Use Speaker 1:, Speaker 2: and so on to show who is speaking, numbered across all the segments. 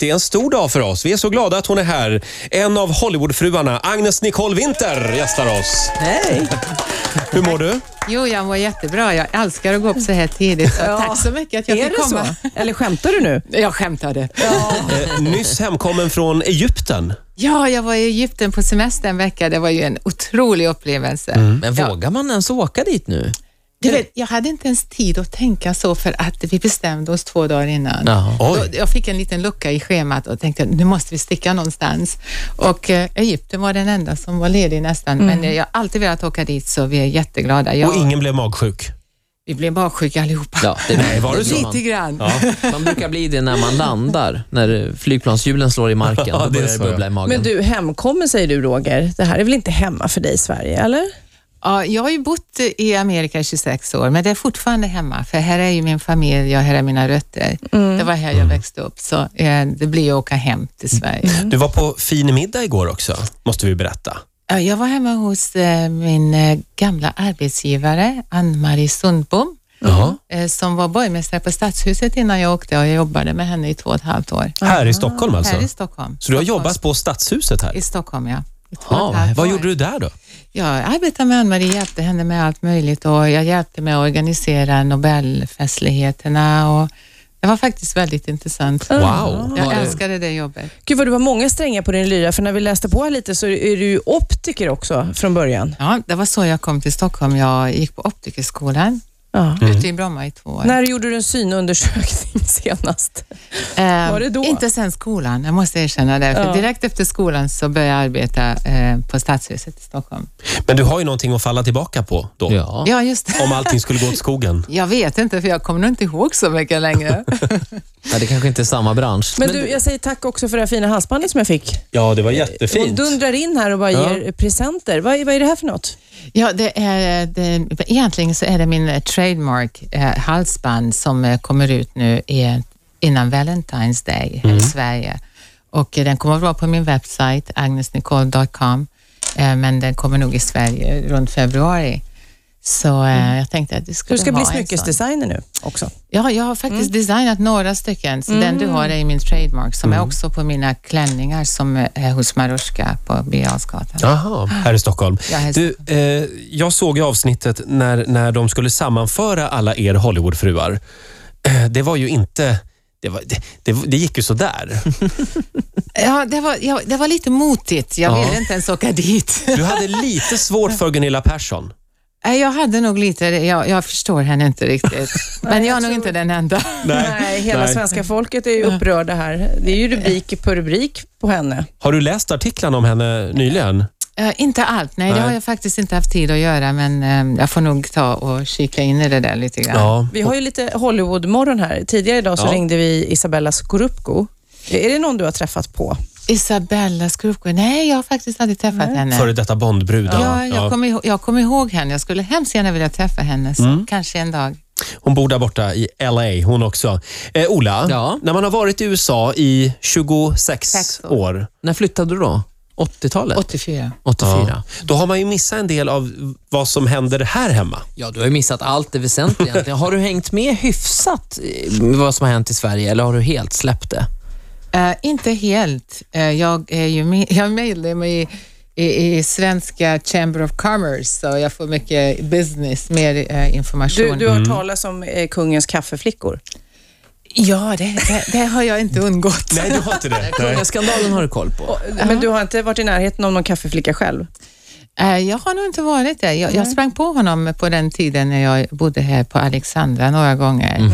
Speaker 1: Det är en stor dag för oss. Vi är så glada att hon är här. En av Hollywoodfruarna, Agnes Nicole Winter, gästar oss.
Speaker 2: Hej!
Speaker 1: Hur mår du?
Speaker 3: Jo, jag mår jättebra. Jag älskar att gå upp så här tidigt. Så
Speaker 2: Ja.
Speaker 3: Tack så mycket att jag
Speaker 2: är
Speaker 3: fick
Speaker 2: det
Speaker 3: komma.
Speaker 2: så? Eller skämtar du nu?
Speaker 3: Jag skämtade.
Speaker 1: Eh, nyss hemkommen från Egypten.
Speaker 3: Ja, jag var i Egypten på semester en vecka. Det var ju en otrolig upplevelse.
Speaker 1: Mm.
Speaker 4: Men vågar man ens åka dit nu?
Speaker 3: Du vet, jag hade inte ens tid att tänka så för att vi bestämde oss två dagar innan.
Speaker 4: Jaha.
Speaker 1: Oj.
Speaker 3: Då, jag fick en liten lucka i schemat och tänkte nu måste vi sticka någonstans. Och eh, Egypten var den enda som var ledig nästan,
Speaker 2: Mm.
Speaker 3: men eh, jag har alltid velat åka dit så vi är jätteglada. Jag,
Speaker 1: Och ingen blev magsjuk.
Speaker 3: Vi blev magsjuka allihopa.
Speaker 4: Ja, det, Nej,
Speaker 1: var det så?
Speaker 3: Lite grann.
Speaker 4: Man, man brukar bli det när man landar, när flygplanshjulen slår i marken.
Speaker 1: Ja, det
Speaker 4: Då
Speaker 1: är
Speaker 4: börjar det
Speaker 1: så,
Speaker 4: bubbla i magen.
Speaker 2: Men du, hemkommen säger du Roger. Det här är väl inte hemma för dig i Sverige, eller?
Speaker 3: Ja, jag har ju bott i Amerika i 26 år, men det är fortfarande hemma, för här är ju min familj och här är mina rötter. Det var här jag
Speaker 1: Mm.
Speaker 3: växte upp, så eh, det blir ju att åka hem till Sverige.
Speaker 1: Du var på fin middag igår också, måste vi berätta.
Speaker 3: Ja, jag var hemma hos eh, min eh, gamla arbetsgivare, Ann-Marie Sundbom, eh, som var borgmästare på Stadshuset innan jag åkte och jag jobbade med henne i två och ett halvt år.
Speaker 1: Här i Stockholm alltså?
Speaker 3: Här i Stockholm.
Speaker 1: Så du har
Speaker 3: Stockholms-
Speaker 1: jobbat på Stadshuset här?
Speaker 3: I Stockholm, ja. I två och ett
Speaker 1: Ja,
Speaker 3: halvt
Speaker 1: vad
Speaker 3: år.
Speaker 1: gjorde du där då?
Speaker 3: Jag arbetade med Ann-Marie, hjälpte henne med allt möjligt och jag hjälpte med att organisera Nobelfestligheterna och det var faktiskt väldigt intressant.
Speaker 4: Wow.
Speaker 3: Jag
Speaker 4: Var det-
Speaker 3: älskade det jobbet.
Speaker 2: Gud vad du var många strängar på din lyra, för när vi läste på här lite så är du ju optiker också från början.
Speaker 3: Ja, det var så jag kom till Stockholm. Jag gick på optikerskolan
Speaker 2: Ja.
Speaker 3: ute i Bromma i två år.
Speaker 2: Mm. När gjorde du en synundersökning senast?
Speaker 3: Eh,
Speaker 2: var det då?
Speaker 3: Inte sen skolan, jag måste erkänna det. För
Speaker 2: Ja.
Speaker 3: Direkt efter skolan så började jag arbeta eh, på Stadshuset i Stockholm.
Speaker 1: Men du har ju någonting att falla tillbaka på då.
Speaker 4: Ja.
Speaker 3: Ja, just det.
Speaker 1: Om allting skulle gå åt skogen.
Speaker 3: Jag vet inte, för jag kommer nog inte ihåg så mycket längre.
Speaker 4: ja, det kanske inte är samma bransch.
Speaker 2: Men du, jag säger tack också för det här fina halsbandet som jag fick.
Speaker 1: Ja, det var
Speaker 2: Hon dundrar in här och bara
Speaker 1: Ja.
Speaker 2: ger presenter. Vad, är- vad är det här för något?
Speaker 3: Ja, det är, det, egentligen så är det min eh, trademark eh, halsband som eh, kommer ut nu i, innan Valentine's Day
Speaker 2: Mm.
Speaker 3: här i Sverige. Och eh, den kommer att vara på min webbsajt, agnesnicole.com, eh, men den kommer nog i Sverige runt februari. Så eh, jag tänkte att du skulle
Speaker 2: Mm. Du ska
Speaker 3: ha
Speaker 2: bli Mm.
Speaker 3: en sån.
Speaker 2: smyckesdesigner nu också.
Speaker 3: Ja, jag har faktiskt designat några stycken. Så Den
Speaker 2: Mm.
Speaker 3: du har är min trademark som är också på mina klänningar som eh, är hos Marushka på Birger Jarlsgatan.
Speaker 1: Jaha, här i Stockholm.
Speaker 3: Ja, här i
Speaker 1: Du, eh, jag såg ju avsnittet när, när de skulle sammanföra alla er Hollywoodfruar. Eh, Det var ju inte... Det, var, det, det, det gick ju sådär.
Speaker 3: Ja, det var, ja, det var lite motigt. Jag
Speaker 1: Ja.
Speaker 3: ville inte ens åka dit.
Speaker 1: Du hade lite svårt för Gunilla Persson.
Speaker 3: Nej, Jag hade nog lite, jag, jag förstår henne inte riktigt. Men jag är nog inte den enda.
Speaker 2: Nej, hela
Speaker 1: Nej.
Speaker 2: svenska folket är ju upprörda här. Det är ju rubrik på rubrik på henne.
Speaker 1: Har du läst artiklarna om henne nyligen?
Speaker 3: Eh, inte allt, nej,
Speaker 1: Nej.
Speaker 3: det har jag faktiskt inte haft tid att göra, men eh, jag får nog ta och kika in i det där lite grann.
Speaker 1: Ja.
Speaker 2: Vi har ju lite Hollywood-morgon här. Tidigare idag så
Speaker 1: Ja.
Speaker 2: ringde vi Isabella Skorupko. Är det någon du har träffat på?
Speaker 3: Isabella Skrupko, nej, jag har faktiskt aldrig träffat henne.
Speaker 1: Före detta Bondbruden.
Speaker 3: Ja, jag, Kommer ihåg, jag kommer ihåg henne. Jag skulle hemskt gärna vilja träffa henne, så kanske en dag.
Speaker 1: Hon bor där borta i LA, hon också. Eh, Ola,
Speaker 4: Ja.
Speaker 1: när man har varit i USA i 26
Speaker 3: Sex
Speaker 1: år,
Speaker 3: år.
Speaker 4: När flyttade du då? 80-talet?
Speaker 3: 84.
Speaker 4: 84?
Speaker 1: Ja, då har man ju missat en del av vad som händer här hemma.
Speaker 4: Ja, du har ju missat allt det väsentliga egentligen. Har du hängt med hyfsat eh, med vad som har hänt i Sverige eller har du helt släppt det?
Speaker 3: Eh, inte helt. Eh, jag är ju med, jag är medlem i, i, i svenska Chamber of Commerce, så jag får mycket business, mer eh,
Speaker 2: Du,
Speaker 3: information.
Speaker 2: du har
Speaker 1: Mm.
Speaker 2: hört talas om eh, kungens kaffeflickor.
Speaker 3: Ja, det, det, det har jag inte undgått.
Speaker 1: Nej, du har inte det. Nej.
Speaker 4: Kungaskandalen har du koll på.
Speaker 2: Men du har inte varit i närheten av någon kaffeflicka själv?
Speaker 3: Eh, Jag har nog inte varit det. Jag, jag sprang på honom på den tiden när jag bodde här på Alexandra några gånger.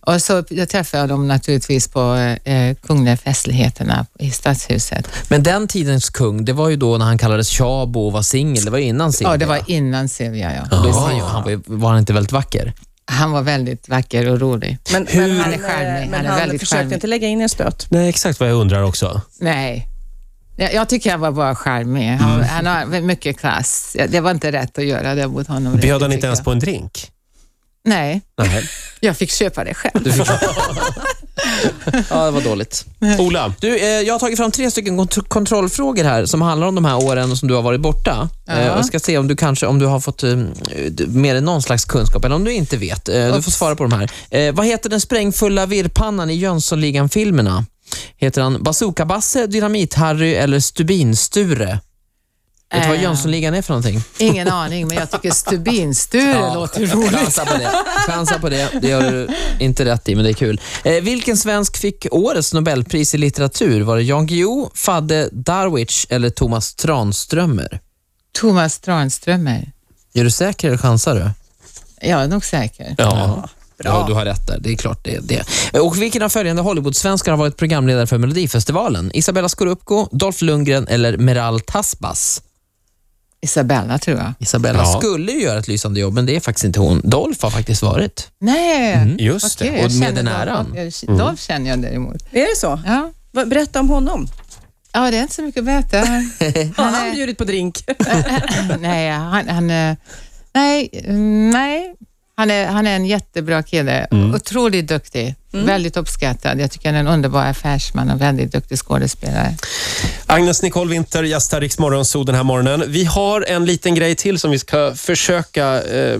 Speaker 3: Och så jag träffade jag dem naturligtvis på eh, Kungliga festligheterna i Stadshuset.
Speaker 4: Men den tidens kung, det var ju då när han kallades Tjabo och var singel. Det var ju innan Silvia.
Speaker 3: Ja, det var innan Silvia, ja.
Speaker 4: Då var han ju- han var, ju- var han inte väldigt vacker?
Speaker 3: Han var väldigt vacker och rolig.
Speaker 2: Men, men han,
Speaker 3: Han är
Speaker 2: eh,
Speaker 3: charmig.
Speaker 2: Men
Speaker 3: Han
Speaker 2: han,
Speaker 3: är väldigt
Speaker 2: försökte
Speaker 3: charmig.
Speaker 2: inte lägga in en stöt.
Speaker 1: Nej, exakt vad jag undrar också.
Speaker 3: Nej. Jag, jag tycker han var bara charmig. Han,
Speaker 1: Mm.
Speaker 3: han har väl mycket klass. Ja, Det var inte rätt att göra det mot honom.
Speaker 1: Bjöd han
Speaker 3: riktigt,
Speaker 1: inte
Speaker 3: tycker
Speaker 1: ens
Speaker 3: jag.
Speaker 1: på en drink?
Speaker 3: Nej,
Speaker 1: Nej.
Speaker 3: jag fick köpa det själv.
Speaker 4: Du fick... ja, det var dåligt.
Speaker 1: Ola,
Speaker 4: Du, eh, jag har tagit fram tre stycken kont- kontrollfrågor här som handlar om de här åren som du har varit borta.
Speaker 3: Ja.
Speaker 4: Eh, och jag ska se om du kanske om du har fått eh, d- med dig någon slags kunskap eller om du inte vet. Eh, du får svara på de här. Eh, vad heter den sprängfulla virrpannan i Jönssonligan-filmerna? Heter han Bazooka-Basse, Dynamit-Harry eller Stubin-Sture? Vet du vad
Speaker 3: Eh.
Speaker 4: Jönssonligan är för någonting?
Speaker 3: Ingen aning, men jag tycker stubinsture låter roligt.
Speaker 4: Chansa på det. Chansa på det. Det gör du inte rätt i, men det är kul. Eh, vilken svensk fick årets Nobelpris i litteratur? Var det Jan Guillou, Fadde Darwich eller Thomas Tranströmer?
Speaker 3: Thomas Tranströmer.
Speaker 4: Är du säker eller chansar du?
Speaker 3: Jag är nog säker.
Speaker 1: Ja.
Speaker 4: Ja, du har rätt där. Det är klart det är det. Och vilken av följande Hollywood-svenskar har varit programledare för Melodifestivalen? Isabella Scorupco, Dolph Lundgren eller Meral Tasbas?
Speaker 3: Isabella, tror jag.
Speaker 4: Isabella
Speaker 1: Ja.
Speaker 4: skulle ju göra ett lysande jobb, men det är faktiskt inte hon. Dolph har faktiskt varit.
Speaker 3: Nej,
Speaker 1: Mm. Just
Speaker 3: vad kul.
Speaker 1: det.
Speaker 3: Jag
Speaker 4: och med
Speaker 3: känner
Speaker 4: den
Speaker 3: Dolph.
Speaker 4: äran.
Speaker 1: Mm.
Speaker 3: Jag- Dolph känner jag däremot.
Speaker 2: Är det så?
Speaker 3: Ja.
Speaker 2: Va- Berätta om honom.
Speaker 3: ja, det är inte så mycket att berätta.
Speaker 2: Har
Speaker 3: Han är-
Speaker 2: han bjudit på drink?
Speaker 3: nej, han, han, eh, nej, mm, nej. Han, är, han är en jättebra kille.
Speaker 1: Mm.
Speaker 3: Otroligt duktig. Väldigt uppskattad. Jag tycker han är en underbar affärsman och väldigt duktig skådespelare.
Speaker 1: Agnes Nicole Winter gästar Rix Morgonzoo den här morgonen. Vi har en liten grej till som vi ska försöka eh,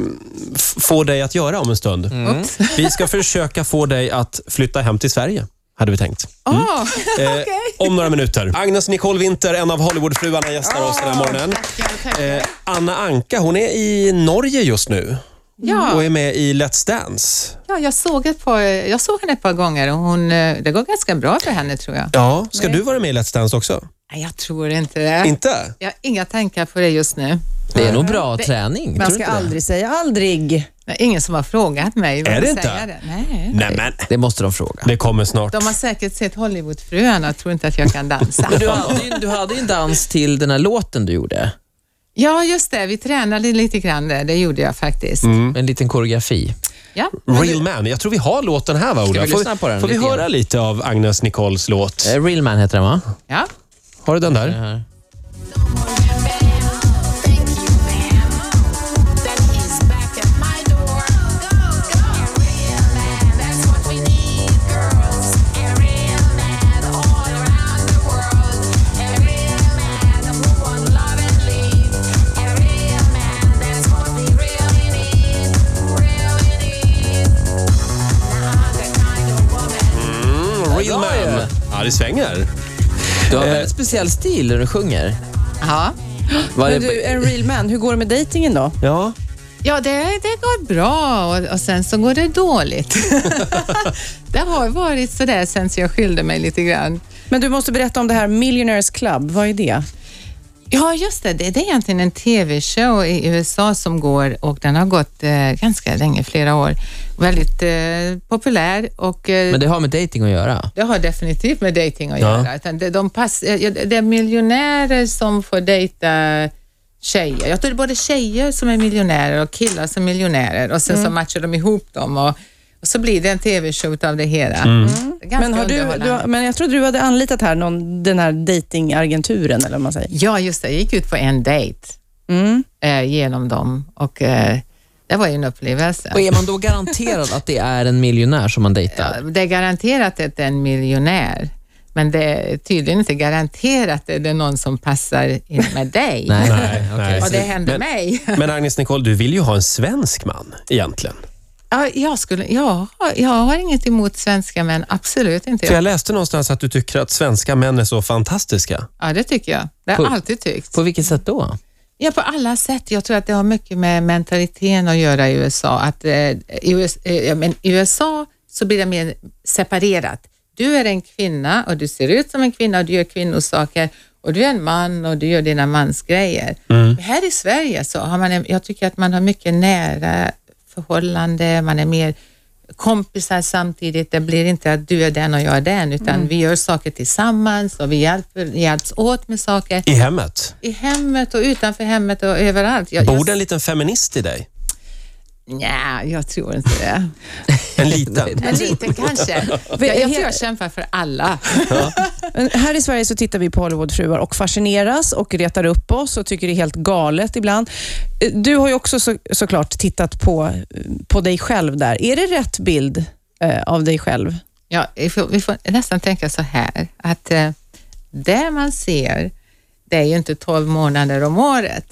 Speaker 1: f- få dig att göra om en stund.
Speaker 3: Oops.
Speaker 1: Vi ska försöka få dig att flytta hem till Sverige, hade vi tänkt.
Speaker 3: Ah,
Speaker 1: Eh, Om några minuter. Agnes Nicole Winter, en av Hollywoodfruarna, gästar oss den här morgonen.
Speaker 3: tackar, tackar.
Speaker 1: Eh, Anna Anka, hon är i Norge just nu och
Speaker 3: Ja,
Speaker 1: är med i Let's Dance.
Speaker 3: ja jag, såg ett par, jag såg henne ett par gånger och hon, eh, det går ganska bra för henne tror jag.
Speaker 1: Ja, ska du vara med i Let's Dance också?
Speaker 3: Nej, jag tror inte det.
Speaker 1: Inte?
Speaker 3: Jag har inga tankar på det just nu.
Speaker 4: Det är nog bra träning.
Speaker 2: Man
Speaker 4: tror du
Speaker 2: ska
Speaker 4: inte det?
Speaker 2: aldrig säga aldrig.
Speaker 3: Det är ingen som har frågat mig. vad
Speaker 1: Är det
Speaker 3: jag
Speaker 1: inte?
Speaker 3: säger Det. Nej.
Speaker 1: Nej, men
Speaker 4: Det måste de fråga.
Speaker 1: det kommer snart.
Speaker 3: De har säkert sett Hollywoodfruarna och tror inte att jag kan dansa.
Speaker 4: Du hade, ju, du hade ju en dans till den här låten du gjorde.
Speaker 3: Ja, just det. Vi tränade lite grann där. Det gjorde jag faktiskt.
Speaker 4: En liten koreografi.
Speaker 3: Ja.
Speaker 1: Real Man. Jag tror vi har låten här, va, Ola?
Speaker 4: vi
Speaker 1: får
Speaker 4: lyssna på den
Speaker 1: får vi
Speaker 4: lite grann?
Speaker 1: höra lite av Agnes Nicoles låt?
Speaker 4: Eh, Real Man heter den, va?
Speaker 3: ja.
Speaker 1: Har du den där? Mm,
Speaker 5: Thank you, ma'am. That is back at my door. Go, go. real man, that's what we need, girls. A real man all around the world. A real man who will love and leave. A real man, that's what we really need, really need. Not the kind of woman.
Speaker 1: Real Man. Ja, det svänger.
Speaker 4: Du har en väldigt speciell stil när du sjunger.
Speaker 3: Ja.
Speaker 4: Var
Speaker 2: Men
Speaker 4: det,
Speaker 2: du, en real man, hur går det med dejtingen då?
Speaker 1: Ja.
Speaker 3: Ja, det, det går bra och, och sen så går det dåligt. det har varit sådär sen så jag skilde mig lite grann.
Speaker 2: Men du måste berätta om det här Millionaires Club, vad är det?
Speaker 3: Ja, just det. Det det är egentligen en tv-show i USA som går och den har gått eh, ganska länge, flera år. Väldigt eh, populär och eh,
Speaker 4: men det har med dating att göra.
Speaker 3: Det har definitivt med dating att
Speaker 1: Ja.
Speaker 3: göra. Utan det, de pass, eh, ja, det det är miljonärer som får dejta tjejer. Jag tror det är både tjejer som är miljonärer och killar som är miljonärer och sen
Speaker 2: Mm.
Speaker 3: så matchar de ihop dem och, och så blir det en TV-show av det hela. Det är Ganska
Speaker 2: Mm. Men, har du,
Speaker 3: underhållande.
Speaker 2: du, har- men jag tror du hade anlitat här någon, den här datingagenturen eller vad man säger.
Speaker 3: Ja, just det. Jag gick ut på en dejt
Speaker 2: Mm.
Speaker 3: eh, genom dem och eh, det var ju en upplevelse.
Speaker 4: Och är man då garanterad att det är en miljonär som man dejtar?
Speaker 3: Det är garanterat att det är en miljonär, men det är tydligen inte garanterat att det är någon som passar in med dig.
Speaker 4: Nej,
Speaker 1: Nej,
Speaker 4: okej.
Speaker 1: nej.
Speaker 3: Och det hände
Speaker 1: Alltså, Men-
Speaker 3: mig.
Speaker 1: Men Agnes Nicole, du vill ju ha en svensk man egentligen.
Speaker 3: Ja, jag, skulle, ja, jag har inget emot svenska män, absolut inte.
Speaker 1: För jag läste någonstans att du tycker att svenska män är så fantastiska.
Speaker 3: Ja, det tycker jag. Det har jag
Speaker 4: På-
Speaker 3: alltid tyckt.
Speaker 4: På vilket sätt då?
Speaker 3: Ja, på alla sätt. Jag tror att det har mycket med mentaliteten att göra i USA. Att, eh, i US, eh, ja, men I USA så blir det mer separerat. Du är en kvinna och du ser ut som en kvinna och du gör kvinnosaker och du är en man och du gör dina mansgrejer. Här i Sverige så har man, en, jag tycker att man har mycket nära förhållande, man är mer kompisar samtidigt. Det blir inte att du är den och jag är den, utan vi gör saker tillsammans och vi hjälper, hjälps åt med saker
Speaker 1: I hemmet.
Speaker 3: i hemmet och utanför hemmet och överallt. Jag,
Speaker 1: Bor det en liten feminist i dig?
Speaker 3: Jag, nja, jag tror inte det.
Speaker 1: En liten?
Speaker 3: En liten kanske. Jag, jag tror jag kämpar för alla.
Speaker 2: Men Här i Sverige så tittar vi på Hollywoodfruar och fascineras och retar upp oss och tycker det är helt galet ibland. Eh, Du har ju också så, såklart tittat på, eh, på dig själv där. Är det rätt bild eh, av dig själv?
Speaker 3: Ja, vi, får, vi får nästan tänka så här, att eh, det man ser, det är ju inte 12 månader om året,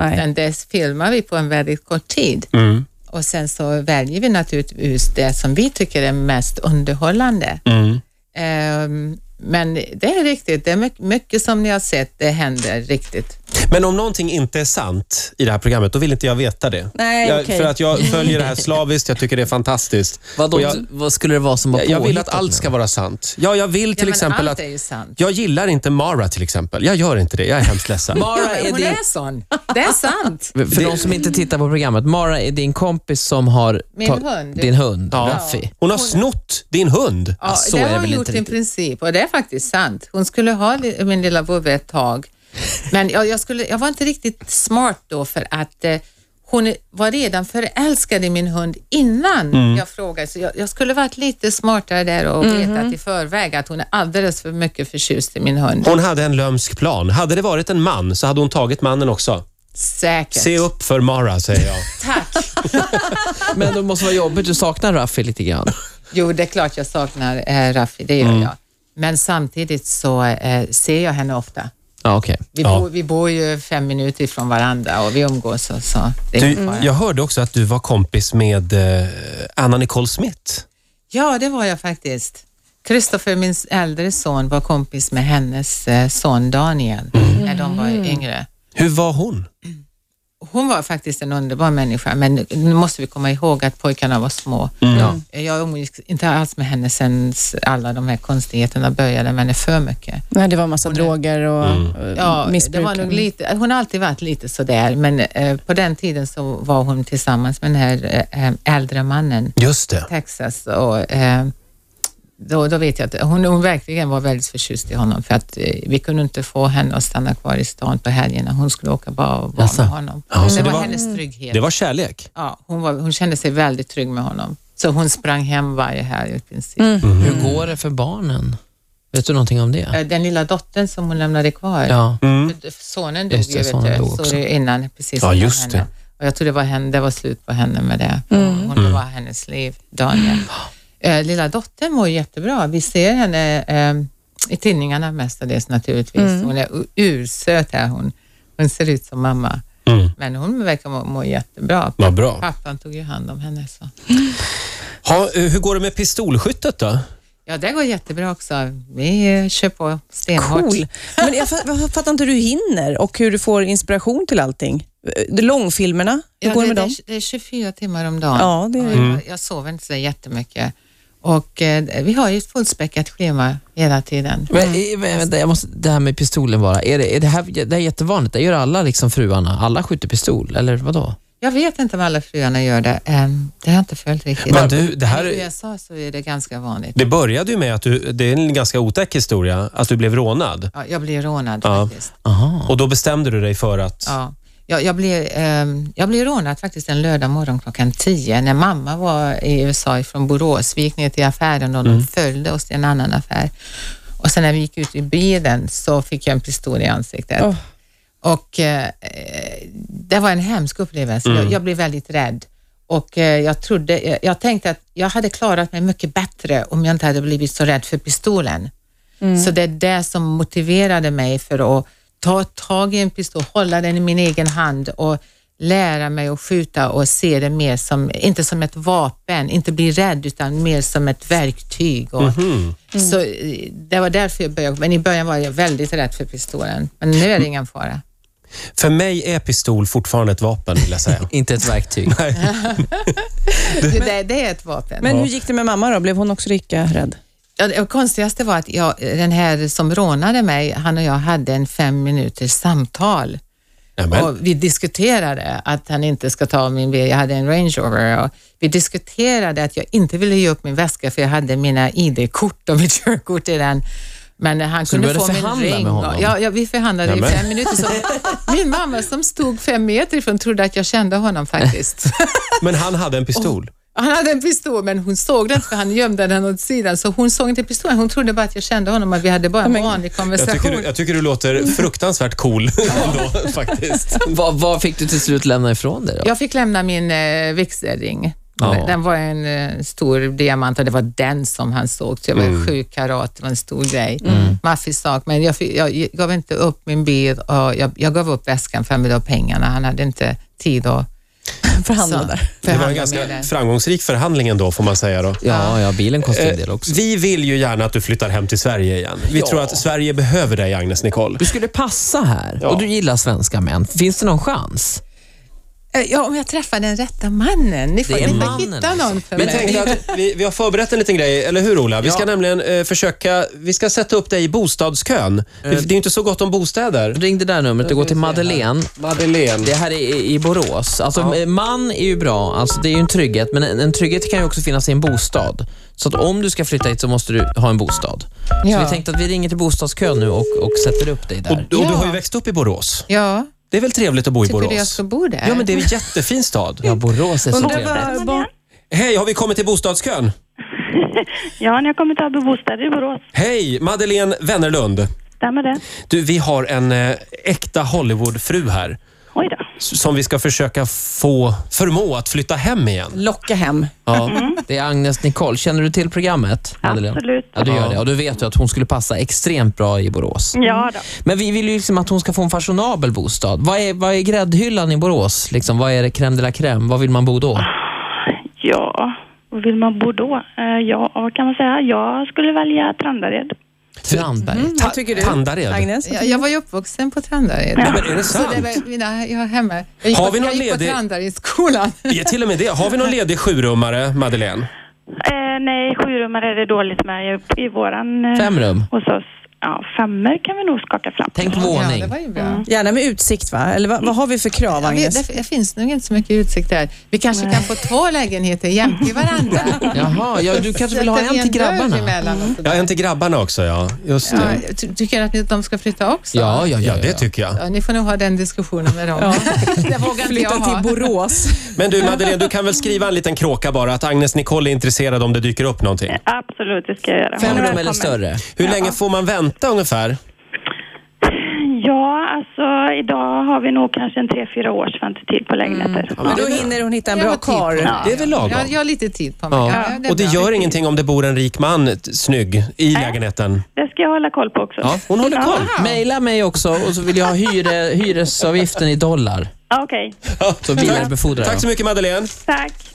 Speaker 2: Nej.
Speaker 3: utan det filmar vi på en väldigt kort tid.
Speaker 1: Mm.
Speaker 3: Och sen så väljer vi naturligtvis det som vi tycker är mest underhållande.
Speaker 1: Mm.
Speaker 3: Ehm, men det är riktigt, det är mycket, mycket som ni har sett, det händer riktigt.
Speaker 1: Men om någonting inte är sant i det här programmet, då vill inte jag veta det.
Speaker 2: Nej,
Speaker 1: jag,
Speaker 2: okej.
Speaker 1: För att jag följer det här slaviskt, jag tycker det är fantastiskt.
Speaker 4: Vad,
Speaker 1: Och jag,
Speaker 4: vad skulle det vara som var
Speaker 1: jag vill att
Speaker 4: påhittat nu?
Speaker 1: allt ska vara sant. Ja, jag vill till
Speaker 3: ja,
Speaker 1: exempel
Speaker 3: men
Speaker 1: att...
Speaker 3: allt är ju sant.
Speaker 1: Jag gillar inte Mara till exempel. Jag gör inte det. Jag är hemskt ledsen.
Speaker 4: Mara är
Speaker 3: Hon
Speaker 4: din,
Speaker 3: är sån, det är sant.
Speaker 4: för de som inte tittar på programmet, Mara är din kompis som har
Speaker 3: Min
Speaker 4: tag-
Speaker 3: hund.
Speaker 4: din hund,
Speaker 1: Ja.
Speaker 4: Raffi.
Speaker 1: Hon har snott din hund.
Speaker 3: Ja,
Speaker 4: så
Speaker 3: det
Speaker 4: är det
Speaker 3: har
Speaker 4: väl
Speaker 3: hon
Speaker 4: inte
Speaker 3: gjort i
Speaker 4: riktigt.
Speaker 3: princip och det är faktiskt sant. Hon skulle ha li- min lilla vovve ett tag, men jag, jag, skulle, jag var inte riktigt smart då för att eh, hon är- var redan förälskad i min hund innan jag frågade, så jag, jag skulle varit lite smartare där och vetat i förväg att hon är alldeles för mycket förtjust i min hund.
Speaker 1: Hon hade en lömsk plan. Hade det varit en man så hade hon tagit mannen också.
Speaker 3: Säkert.
Speaker 1: Se upp för Mara, säger jag.
Speaker 3: Tack!
Speaker 4: Men det måste vara jobbigt, du saknar Raffi lite grann.
Speaker 3: Jo, det är klart jag saknar eh, Raffi, det gör jag. Men samtidigt så eh, ser jag henne ofta.
Speaker 4: Ja, okej.
Speaker 3: Vi,
Speaker 1: Ja.
Speaker 3: bor, vi bor ju fem minuter ifrån varandra och vi umgås och så. Det är
Speaker 1: Du, jag hörde också att du var kompis med eh, Anna Nicole Smith.
Speaker 3: Ja, det var jag faktiskt. Kristoffer, min äldre son, var kompis med hennes eh, son Daniel
Speaker 1: Mm.
Speaker 3: när de var yngre.
Speaker 1: Hur var hon?
Speaker 3: Hon var faktiskt en underbar människa, men nu måste vi komma ihåg att pojkarna var små.
Speaker 1: Mm.
Speaker 3: Ja. Jag umgicks inte alls med henne sen alla de här konstigheterna började, men det är för mycket.
Speaker 2: Nej, det var massa droger och mm.
Speaker 3: Ja, det
Speaker 2: missbruk.
Speaker 3: var nog lite, hon har alltid varit lite sådär, men eh, på den tiden så var hon tillsammans med den här eh, eh, äldre mannen
Speaker 1: Just det.
Speaker 3: Texas och eh, då, då vet jag att hon, hon verkligen var väldigt förtjust i honom för att eh, vi kunde inte få henne att stanna kvar i stan på helgerna. Hon skulle åka bara och vara
Speaker 1: Jaså?
Speaker 3: med honom.
Speaker 1: Ja, så
Speaker 3: det,
Speaker 1: det
Speaker 3: var
Speaker 1: var-
Speaker 3: hennes trygghet.
Speaker 1: Det var kärlek.
Speaker 3: Ja, hon, var, hon kände sig väldigt trygg med honom. Så hon sprang hem varje helg i princip.
Speaker 1: Mm.
Speaker 4: Hur går det för barnen? Vet du någonting om det?
Speaker 3: Eh, Den lilla dottern som hon lämnade kvar,
Speaker 4: Ja.
Speaker 3: sonen dog
Speaker 4: Mm. Just det,
Speaker 3: ju, vet
Speaker 4: sonen
Speaker 3: du.
Speaker 4: dog
Speaker 3: Så
Speaker 4: också.
Speaker 3: det innan, precis
Speaker 1: Ja,
Speaker 3: innan
Speaker 1: just det.
Speaker 3: henne. Och jag tror det var, henne, det var slut på henne med det.
Speaker 2: Mm.
Speaker 3: Hon
Speaker 4: Mm.
Speaker 3: var hennes liv, Daniel. Eh, lilla dottern mår jättebra. Vi ser henne eh, i tidningarna mestadels naturligtvis.
Speaker 2: Mm.
Speaker 3: Hon är u- ursöt här hon. Hon ser ut som mamma.
Speaker 1: Mm.
Speaker 3: Men hon verkar må, må jättebra.
Speaker 1: Vad bra.
Speaker 3: Pappan tog ju hand om henne. Så.
Speaker 1: Ha, eh, hur går det med pistolskyttet då?
Speaker 3: Ja, det går jättebra också. Vi eh, kör på stenhårt.
Speaker 2: Cool. Men jag fa- jag fattar inte hur du hinner och hur du får inspiration till allting. Eh, de Långfilmerna, hur
Speaker 3: Ja,
Speaker 2: går det
Speaker 3: det,
Speaker 2: med
Speaker 3: det,
Speaker 2: dem?
Speaker 3: är- det är 24 timmar om dagen.
Speaker 2: Ja, det är det.
Speaker 3: Jag, jag sover inte så jättemycket. Och eh, vi har ju ett fullspäckat schema hela tiden.
Speaker 4: Men, eh, men, vänta, jag måste, det här med pistolen bara. Är det, är det, här, det här är jättevanligt. Det gör alla liksom fruarna. Alla skjuter pistol, eller vadå?
Speaker 3: Jag vet inte om alla fruarna gör det. Eh, Det har jag inte följt riktigt.
Speaker 1: Men du, det
Speaker 3: Men I
Speaker 1: här...
Speaker 3: USA så är det ganska vanligt.
Speaker 1: Det började ju med att du, det är en ganska otäck historia, att du blev rånad.
Speaker 3: Ja, jag blir rånad
Speaker 1: Ja.
Speaker 3: faktiskt.
Speaker 4: Aha.
Speaker 1: Och då bestämde du dig för att...
Speaker 3: Ja. Jag, jag, blev, ehm, jag blev rånad faktiskt en lördag morgon klockan 10 när mamma var i USA från Borås. Vi gick ner till affären och
Speaker 1: Mm.
Speaker 3: de följde oss till en annan affär. Och sen när vi gick ut i bilen så fick jag en pistol i ansiktet.
Speaker 2: Åh.
Speaker 3: Och eh, det var en hemsk upplevelse. Jag, jag blev väldigt rädd. Och eh, jag, trodde, jag, jag tänkte att jag hade klarat mig mycket bättre om jag inte hade blivit så rädd för pistolen. Så det är det som motiverade mig för att ta tag i en pistol, hålla den i min egen hand och lära mig att skjuta och se det mer som, inte som ett vapen, inte bli rädd utan mer som ett verktyg. Och, Så eh, det var därför jag började, men i början var jag väldigt rädd för pistolen. Men nu är det ingen fara.
Speaker 1: För mig är pistol fortfarande ett vapen, vill jag säga.
Speaker 4: Inte ett verktyg.
Speaker 3: Det, det är ett vapen.
Speaker 2: Men hur gick det med mamma då? Blev hon också lika rädd?
Speaker 3: Ja, det konstigaste var att jag, den här som rånade mig, han och jag hade en fem minuters samtal.
Speaker 1: Nämen.
Speaker 3: Och vi diskuterade att han inte ska ta min bil. Jag hade en Range Rover. Och vi diskuterade att jag inte ville ge upp min väska för jag hade mina ID-kort och mitt körkort i den. Men han
Speaker 4: du
Speaker 3: kunde
Speaker 4: började
Speaker 3: få min
Speaker 4: förhandla
Speaker 3: ring.
Speaker 4: med honom?
Speaker 3: och- Ja, ja, vi förhandlade
Speaker 1: Nämen.
Speaker 3: i fem minuter. Så min mamma som stod fem meter ifrån trodde att jag kände honom faktiskt.
Speaker 1: Men han hade en pistol.
Speaker 3: Han hade en pistol, men hon såg den inte för han gömde den åt sidan. Så hon såg inte pistolen. Hon trodde bara att jag kände honom, att vi hade bara en
Speaker 2: Men-
Speaker 3: vanlig
Speaker 1: Jag
Speaker 3: konversation.
Speaker 1: tycker, du- jag tycker du låter fruktansvärt cool ändå, faktiskt.
Speaker 4: vad, vad fick du till slut lämna ifrån dig då?
Speaker 3: Jag fick lämna min eh, vigselring.
Speaker 4: Ja.
Speaker 3: Den var en eh, stor diamant och det var den som han såg. Så jag var
Speaker 1: Mm.
Speaker 3: sju karat, det var en stor grej. Maffig sak, men jag, fick, jag gav inte upp min bil och jag, jag gav upp väskan för jag ville ha pengarna. Han hade inte tid att
Speaker 2: förhandla
Speaker 3: Så.
Speaker 2: där.
Speaker 1: Det var
Speaker 3: Förhandla
Speaker 1: en
Speaker 3: med
Speaker 1: ganska
Speaker 3: det.
Speaker 1: framgångsrik förhandling ändå, får man säga. Då.
Speaker 4: Ja, ja, bilen kostar en del också.
Speaker 1: Vi vill ju gärna att du flyttar hem till Sverige igen. Vi
Speaker 4: Ja.
Speaker 1: tror att Sverige behöver dig, Agnes Nicole.
Speaker 4: Du skulle passa här
Speaker 1: Ja.
Speaker 4: och du gillar svenska män. Finns det någon chans?
Speaker 3: Eh, Ja, om jag träffar den rätta mannen. Ni får
Speaker 4: Det är
Speaker 3: inte
Speaker 4: mannen,
Speaker 3: hitta
Speaker 1: alltså.
Speaker 3: någon för
Speaker 1: Vi
Speaker 3: mig.
Speaker 1: tänkte att vi, vi har förberett en liten grej, eller hur Ola? Vi ska
Speaker 4: Ja.
Speaker 1: nämligen eh, försöka, vi ska sätta upp dig i bostadskön. Det,
Speaker 3: Eh.
Speaker 1: det är ju inte så gott om bostäder.
Speaker 4: Ring det där numret och gå till Madeleine.
Speaker 1: Madeleine.
Speaker 4: Det här är i i Borås. Alltså, eh, Man är ju bra, alltså, det är ju en trygghet, men en, en trygghet kan ju också finnas i en bostad. Så att om du ska flytta hit så måste du ha en bostad.
Speaker 3: Ja.
Speaker 4: Så vi tänkte att vi ringer till bostadskön nu och, och sätter upp dig
Speaker 1: Och,
Speaker 4: där.
Speaker 1: och du har ju
Speaker 3: Ja.
Speaker 1: växt upp i Borås.
Speaker 3: Ja,
Speaker 1: Det är väl trevligt att bo i
Speaker 3: tycker du jag
Speaker 1: Borås?
Speaker 3: ska bo där?
Speaker 1: Ja, men det är en jättefin stad.
Speaker 4: Ja, Borås är så
Speaker 2: Undrar
Speaker 4: trevligt.
Speaker 2: vad barn...
Speaker 1: Hej, har vi kommit till bostadskön?
Speaker 6: Ja, ni har kommit över bostäder i Borås.
Speaker 1: Hej, Madeleine Wennerlund.
Speaker 6: Stämmer det?
Speaker 1: Du, vi har en eh, äkta Hollywoodfru här
Speaker 6: Oj då.
Speaker 1: s- som vi ska försöka få, förmå att flytta hem igen.
Speaker 2: Locka hem.
Speaker 4: Ja,
Speaker 1: Mm.
Speaker 4: det är Agnes Nicole. Känner du till programmet? Madeleine?
Speaker 6: Absolut.
Speaker 4: Ja, du
Speaker 1: Ja.
Speaker 4: gör det. Och du vet ju att hon skulle passa extremt bra i Borås.
Speaker 3: Mm.
Speaker 6: Ja då.
Speaker 4: Men vi vill ju liksom att hon ska få en fashionabel bostad. Vad är, vad är gräddhyllan i Borås? Liksom, vad är det crème de la crème? Vad vill man bo då?
Speaker 3: Ah.
Speaker 6: Ja, var vill man bo då? Eh, ja, vad kan man säga? Jag skulle välja Trandared.
Speaker 4: Strandberg.
Speaker 3: Mm.
Speaker 2: Vad tycker du?
Speaker 1: Tandared.
Speaker 2: Agnes?
Speaker 3: Jag, jag var ju uppvuxen på Trandared.
Speaker 1: Nej, men är det
Speaker 3: Så
Speaker 1: sant?
Speaker 3: det var mina, jag hemma. Jag gick
Speaker 1: Har
Speaker 3: på,
Speaker 1: vi någon
Speaker 3: jag gick på
Speaker 1: ledig-
Speaker 3: Trandaredskolan.
Speaker 1: Ja, till och med det. Har vi någon ledig sjurummare, Madeleine?
Speaker 6: Eh, nej, sjurummare är det dåligt med i- i våran... Eh,
Speaker 4: Fem rum.
Speaker 6: Hos oss. Ja, femmer kan vi nog skaka fram.
Speaker 4: Tänk
Speaker 3: Ja,
Speaker 4: våning.
Speaker 3: det var ju bra.
Speaker 2: Gärna med utsikt, va? Eller vad, vad har vi för krav,
Speaker 3: Ja, vi,
Speaker 2: Agnes?
Speaker 3: det, det finns nog inte så mycket utsikt där. Vi kanske kan få två lägenheter jämte varandra.
Speaker 4: Jaha, ja, du kanske vill ha
Speaker 3: Sätter vi
Speaker 4: en till
Speaker 3: dörr
Speaker 4: grabbarna?
Speaker 3: emellan och sådär.
Speaker 1: Ja, en till grabbarna också. Ja, just det.
Speaker 3: Ja, ty- tycker jag att de ska flytta också?
Speaker 4: Ja, ja,
Speaker 1: Ja,
Speaker 4: ja.
Speaker 1: det tycker jag.
Speaker 3: Ja, ni får nog ha den diskussionen med dem. det vågar inte jag
Speaker 2: Flytta till
Speaker 3: ha.
Speaker 2: Borås.
Speaker 1: Men du, Madeleine, du kan väl skriva en liten kråka bara att Agnes Nicole är intresserad om det dyker upp någonting.
Speaker 6: Absolut, det ska jag göra.
Speaker 4: Fem
Speaker 6: Hon är
Speaker 4: rum eller
Speaker 6: välkommen.
Speaker 4: större.
Speaker 1: Hur länge får man vänta ungefär?
Speaker 6: Ja, alltså idag har vi nog kanske en tre, fyra års väntetid på lägenheter.
Speaker 2: Men då hinner hon hitta en
Speaker 3: Jag
Speaker 2: bra
Speaker 3: har tid på
Speaker 2: karl.
Speaker 3: mig.
Speaker 1: Det är väl
Speaker 3: Jag,
Speaker 1: lagom?
Speaker 3: jag har lite tid på mig.
Speaker 1: Ja.
Speaker 3: Ja, är
Speaker 1: Och det
Speaker 3: bra.
Speaker 1: gör ingenting om det bor en rik man t- snygg i lägenheten?
Speaker 6: Det ska jag hålla koll på också.
Speaker 1: Ja, hon håller koll.
Speaker 4: Maila mig också och så vill jag ha hyre, hyresavgiften i dollar.
Speaker 6: Ja, Okej,
Speaker 1: Ja,
Speaker 4: Så vidarebefordrar jag.
Speaker 1: Tack så mycket, Madeleine.
Speaker 6: tack.